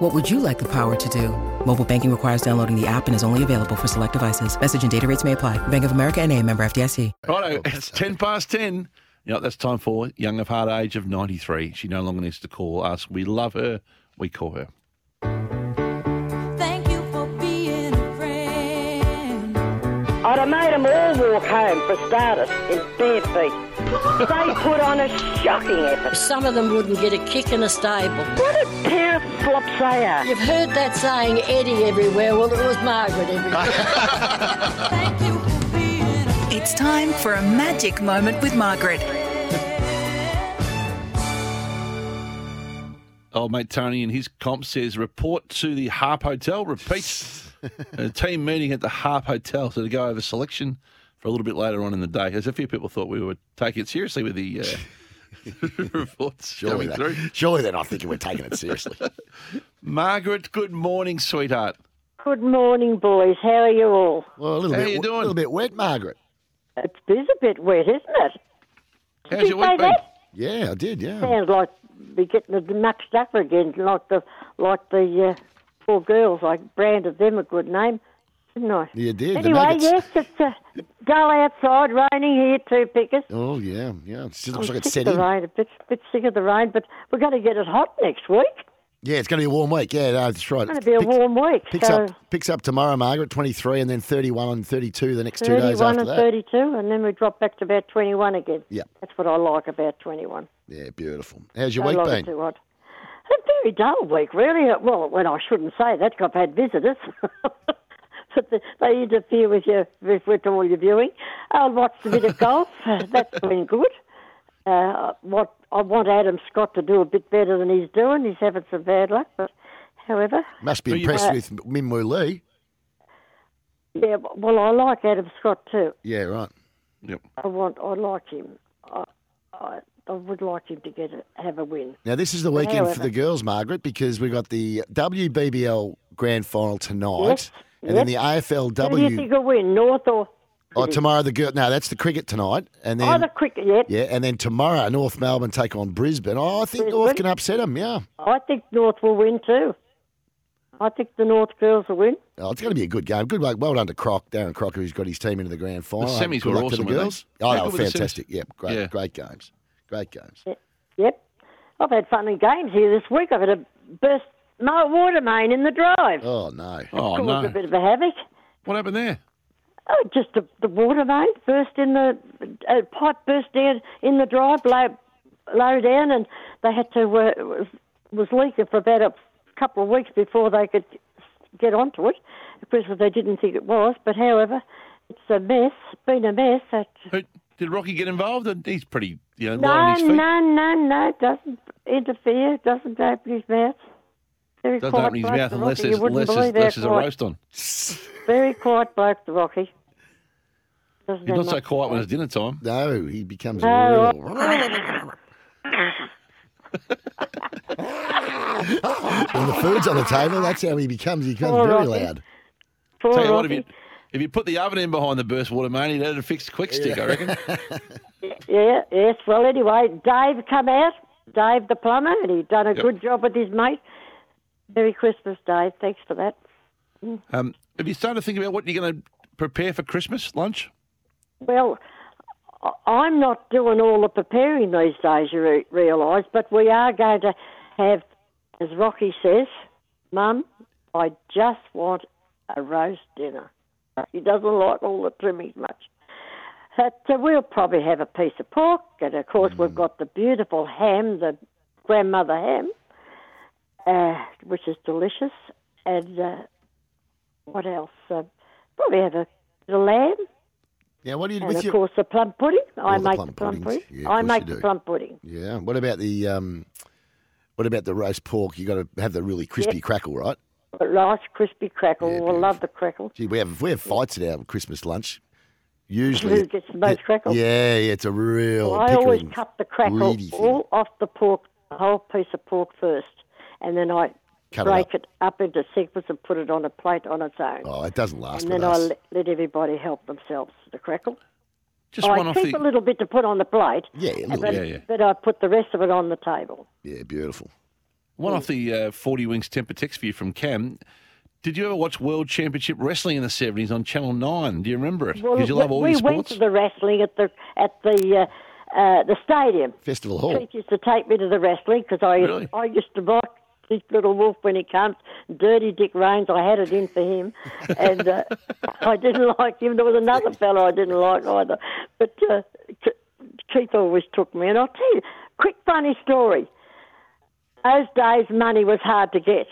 What would you like the power to do? Mobile banking requires downloading the app and is only available for select devices. Message and data rates may apply. Bank of America and a member FDIC. Righto, it's 10 past 10. You know what that's time for? Young of heart age of 93. She no longer needs to call us. We love her. We call her. Thank you for being a friend. I'd have made 'em all walk home for starters in bare feet. They put on a shocking effort. Some of them wouldn't get a kick in a stable. What a pair of flops they are. You've heard that saying, Eddie everywhere. Well, it was Margaret everywhere. Thank you for being a friend. It's time for a magic moment with Margaret. Old mate Tony in his comp says report to the Harp Hotel. Repeat a team meeting at the Harp Hotel so to go over selection for a little bit later on in the day. As a few people thought we were taking it seriously with the uh, reports Surely, coming through. they, surely they're not thinking we're taking it seriously. Margaret, good morning, sweetheart. Good morning, boys. How are you all? Well, a little How bit, you w- doing? little bit wet, Margaret. It is a bit wet, isn't it? How's you your week say been? that? Yeah, I did. Yeah, Sounds like we're getting it mixed up again, like the like the uh, poor girls. I branded them a good name, didn't I? you did. the Anyway, nuggets. yes, it's uh, dull outside, raining here too, Pickers. Oh yeah, yeah. It still looks I'm like it's sick set of in. the rain, a bit, bit sick of the rain, but we're going to get it hot next week. Yeah, it's going to be a warm week. Yeah, no, that's right. It's going to be a Picks- warm week. Picks so up, picks up tomorrow, Margaret. Twenty three, and then thirty one and thirty two the next two days 31 after and that. 32, and then we drop back to about 21 again. Yeah. That's what I like about 21. Yeah, beautiful. How's your Don't week like it been? too hot. A very dull week, really. Well, when I shouldn't say that, 'cause I've had visitors. But the- they interfere with your with, with all your viewing. I watched a bit of golf. That's been good. Uh, what I want Adam Scott to do a bit better than he's doing. He's having some bad luck, but however, Must be Well, you- impressed Uh, with Min Woo Lee. yeah. Well, I like Adam Scott too. Yeah, right. Yep. I want. I like him. I, I, I would like him to get a, have a win. Now this is the weekend for However. the girls, Margaret, because we've got the WBBL grand final tonight, Yes, and then the Who do you think AFLW. will win? North or Oh, tomorrow the girl. No, that's the cricket tonight, and then either cricket yet? Yeah, and then tomorrow North Melbourne take on Brisbane. Oh, I think North Brisbane? can upset them. Yeah, I think North will win too. I think the North girls will win. oh, it's going to be a good game. Good luck. Well done to Croc, Darren Crocker, who's got his team into the grand final. The semis were good luck awesome, to weren't the they? girls. Oh, How they were good were the semis? fantastic. Yeah, great, Yeah. great games. Great games. Yep. I've had fun and games here this week. I've had a burst my water main in the drive. Oh no. Oh, Caused a no. bit of a havoc. What happened there? Oh, just the, the water main burst in the uh, pipe burst down in the drive low, low down, and they had to uh, it was, was leaking for about a couple of weeks before they could get onto it. Of course, they didn't think it was, but however, it's a mess. Been a mess. It, Who, did Rocky get involved? And He's pretty, you know, No, light on his feet. no, no, no. It doesn't interfere. It doesn't open his mouth. Very Doesn't quiet open his bloke, mouth the unless Rocky. there's, You wouldn't unless there's, believe how unless there's a quiet- roast on. Very quiet bloke, the Rocky. Doesn't He's have not so much- quiet when it's dinner time. No, he becomes No. a real. when the food's on the table, that's how he becomes. He becomes Poor very Rocky. loud. Poor Tell you what, if Rocky. you, if you put the oven in behind the burst water main, he'd had a fixed quick stick, I reckon. Yeah, yes. Well, anyway, Dave come out. Dave the plumber, and he done a Yep. good job with his mate. Merry Christmas, Dave. Thanks for that. Um, have you started to think about what you're going to prepare for Christmas lunch? Well, I- I'm not doing all the preparing these days, you re- realise, but we are going to have, as Rocky says, Mum, I just want a roast dinner. He doesn't like all the trimmings much. But uh, we'll probably have a piece of pork, and of course, we've got the beautiful ham, the grandmother ham, uh, which is delicious. And uh, what else? Uh, probably have a bit of lamb. Yeah, what do you And with of your- course, the plum pudding. I the make plum the plum puddings. pudding. Yeah, of I course make you the do. plum pudding. Yeah. What about the um, what about the roast pork? You got to have the really crispy crackle, right? But rice crispy crackle. I love the crackle. Gee, we have we have fights at our Christmas lunch. Usually, Who gets the most crackle? Yeah, yeah, it's a real. I always pickering, cut the crackle weedy thing. all off the pork, the whole piece of pork first, and then I Cut it break up. it up. into segments and put it on a plate on its own. Oh, it doesn't last. and then with I us. let, let everybody help themselves to the crackle. Just Oh, I one off keep the. a little bit to put on the plate, yeah, a little but, bit. yeah. but I put the rest of it on the table. yeah, beautiful. One off the uh, 40 Wings temper text for you from Cam. Did you ever watch World Championship Wrestling in the 70s on Channel 9? Do you remember it? Because you love we, all we your went sports. to the wrestling at the at the uh, uh, the stadium. Festival Hall. Keith used to take me to the wrestling because I Really? I used to like this little wolf when he comes. Dirty Dick Rains, I had it in for him, and uh, I didn't like him. There was another fellow I didn't like either, but uh, K- Keith always took me. And I'll tell you, quick funny story. Those days, money was hard to get,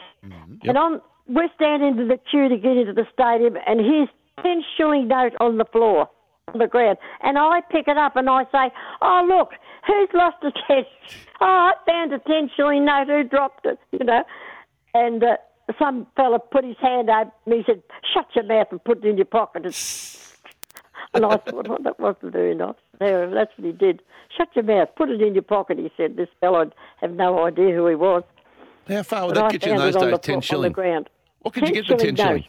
and I'm we're standing in the queue to get into the stadium, and here's ten shilling note on the floor on the ground. And I pick it up and I say, Oh, look, who's lost a 10? Oh, I found a 10 shilling note. Who dropped it? You know? And uh, some fella put his hand over me and said, Shut your mouth and put it in your pocket. And I thought, oh, that wasn't very nice. No, that's what he did. Shut your mouth, put it in your pocket, he said. This fellow would have no idea who he was. How far would Oh, But that I get you in found those it on days? the 10 flo- On shilling. the ground. What could you 10 get for 10 shilling shilling? note.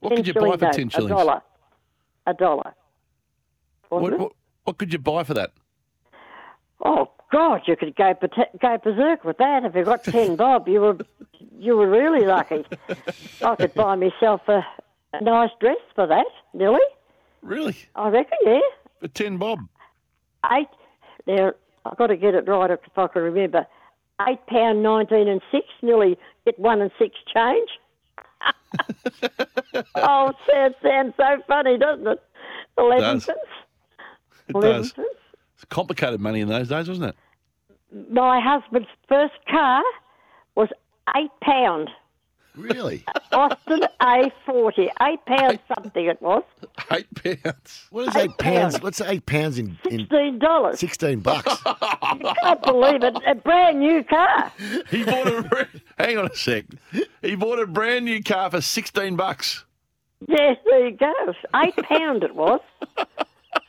What 10 could you buy for note, 10 A shillings? dollar. A dollar. Wasn't What, it? what, what could you buy for that? Oh God, you could go bate- go berserk with that. If you got ten bob, you were you were really lucky. I could buy myself a, a nice dress for that, Nelly. Really? I reckon, yeah. For 10 bob? Eight. Now I've got to get it right if I can remember. Eight pound nineteen and six, Nelly. Get one and six change. oh, sounds sounds so funny, doesn't it? Eleven does. cents. It Eleven does. cents. It's complicated money in those days, wasn't it? My husband's first car was eight pound. Really? Austin A40, eight pounds something it was, Eight pounds. What is Eight eight pounds? pounds. What's eight pounds in, in sixteen dollars. sixteen bucks? Can't believe it, a brand new car. He bought a. br- hang on a sec. He bought a brand new car for 16 bucks. Yes, there you go. Eight pound it was.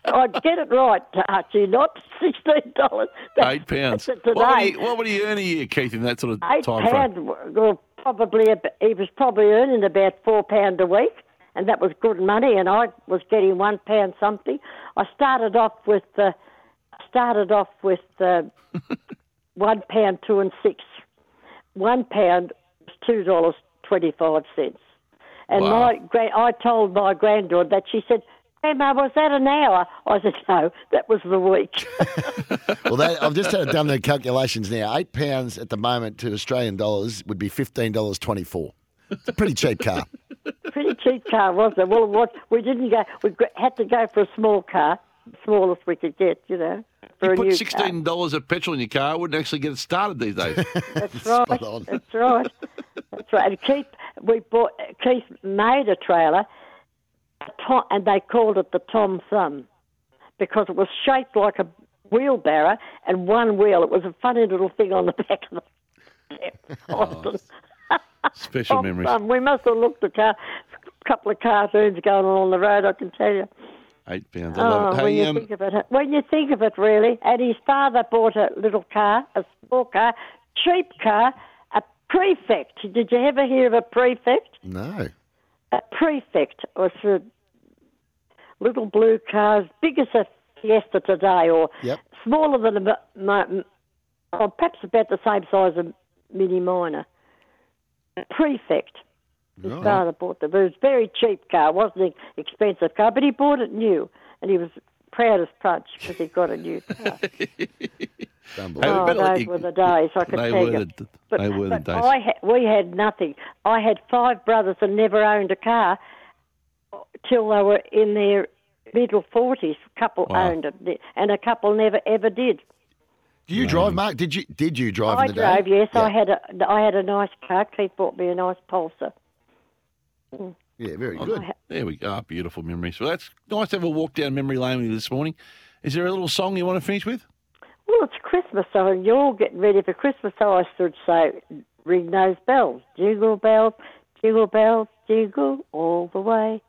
I'd get it right, Archie. Not sixteen dollars. Eight pounds. Today, What would, he, what would he earn a year, Keith, in that sort of eight time frame? pound. Well, probably ab- he was probably earning about four pound a week, and that was good money. And I was getting one pound something. I started off with uh, started off with uh, one pound two and six. One pound was two dollars twenty five cents. And Wow. my gra- I told my granddaughter that she said, "Grandma, was that an hour?" I said, "No, that was the week." Well, that, I've just had- done the calculations now. Eight pounds at the moment to Australian dollars would be fifteen dollars twenty-four. It's a pretty cheap car. pretty cheap car, wasn't it? Well, it was. We didn't go. We gr- had to go for a small car, the smallest we could get. You know, for You a put new sixteen dollars of petrol in your car, it wouldn't actually get it started these days. car. That's right. on. That's right. That's right. And Keith, we bought. Keith made a trailer, a to, and they called it the Tom Thumb because it was shaped like a wheelbarrow and one wheel. It was a funny little thing on the back of the. Austin. Special memories. Um, we must have looked at a couple of cartoons going on on the road. I can tell you. Eight pounds. I love Oh, it. when Hey, you um, think of it, when you think of it, really, and his father bought a little car, a small car, cheap car, a prefect. Did you ever hear of a prefect? No. A prefect was a little blue car, as big as a Fiesta today, or Yep. smaller than a, mi- mi- or perhaps about the same size as a Mini Minor. A prefect. His father bought the. It was a very cheap car. It wasn't an expensive car, but he bought it new, and he was proud as punch because he got a new car. hey, we oh, better let those you- were the days. I could They tell were you. the- they were the but days. I ha- we had nothing. I had five brothers and never owned a car till they were in their middle forties. A couple Wow. owned it, and a couple never ever did. Do you drive, Mark? Did you did you drive I in the day? drove. Yes, I Yeah. had a I had a nice car. Keith bought me a nice Pulsar. Yeah, very good. There we go. Ah, beautiful memories. Well, that's nice to have a walk down memory lane with you this morning. Is there a little song you want to finish with? Well, it's Christmas, so you're all getting ready for Christmas, so I should say, ring those bells. Jingle bells, jingle bells, jingle all the way.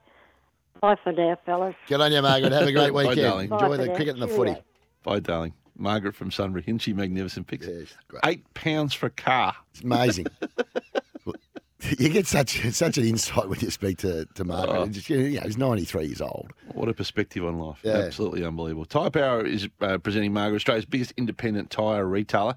Bye for now, fellas. Get on you, Margaret. Have a great Bye, weekend. darling. Bye Enjoy for the now. cricket and the Cheerio. footy. Bye, darling. Margaret from Sunbury. Isn't she magnificent? Picks Yes, great. eight pounds for a car. It's amazing. you get such such an insight when you speak to, to Margaret. And just, you know, he's 93 years old. What a perspective on life. Yeah. Absolutely unbelievable. Tyre Power is uh, presenting Margaret, Australia's biggest independent tyre retailer.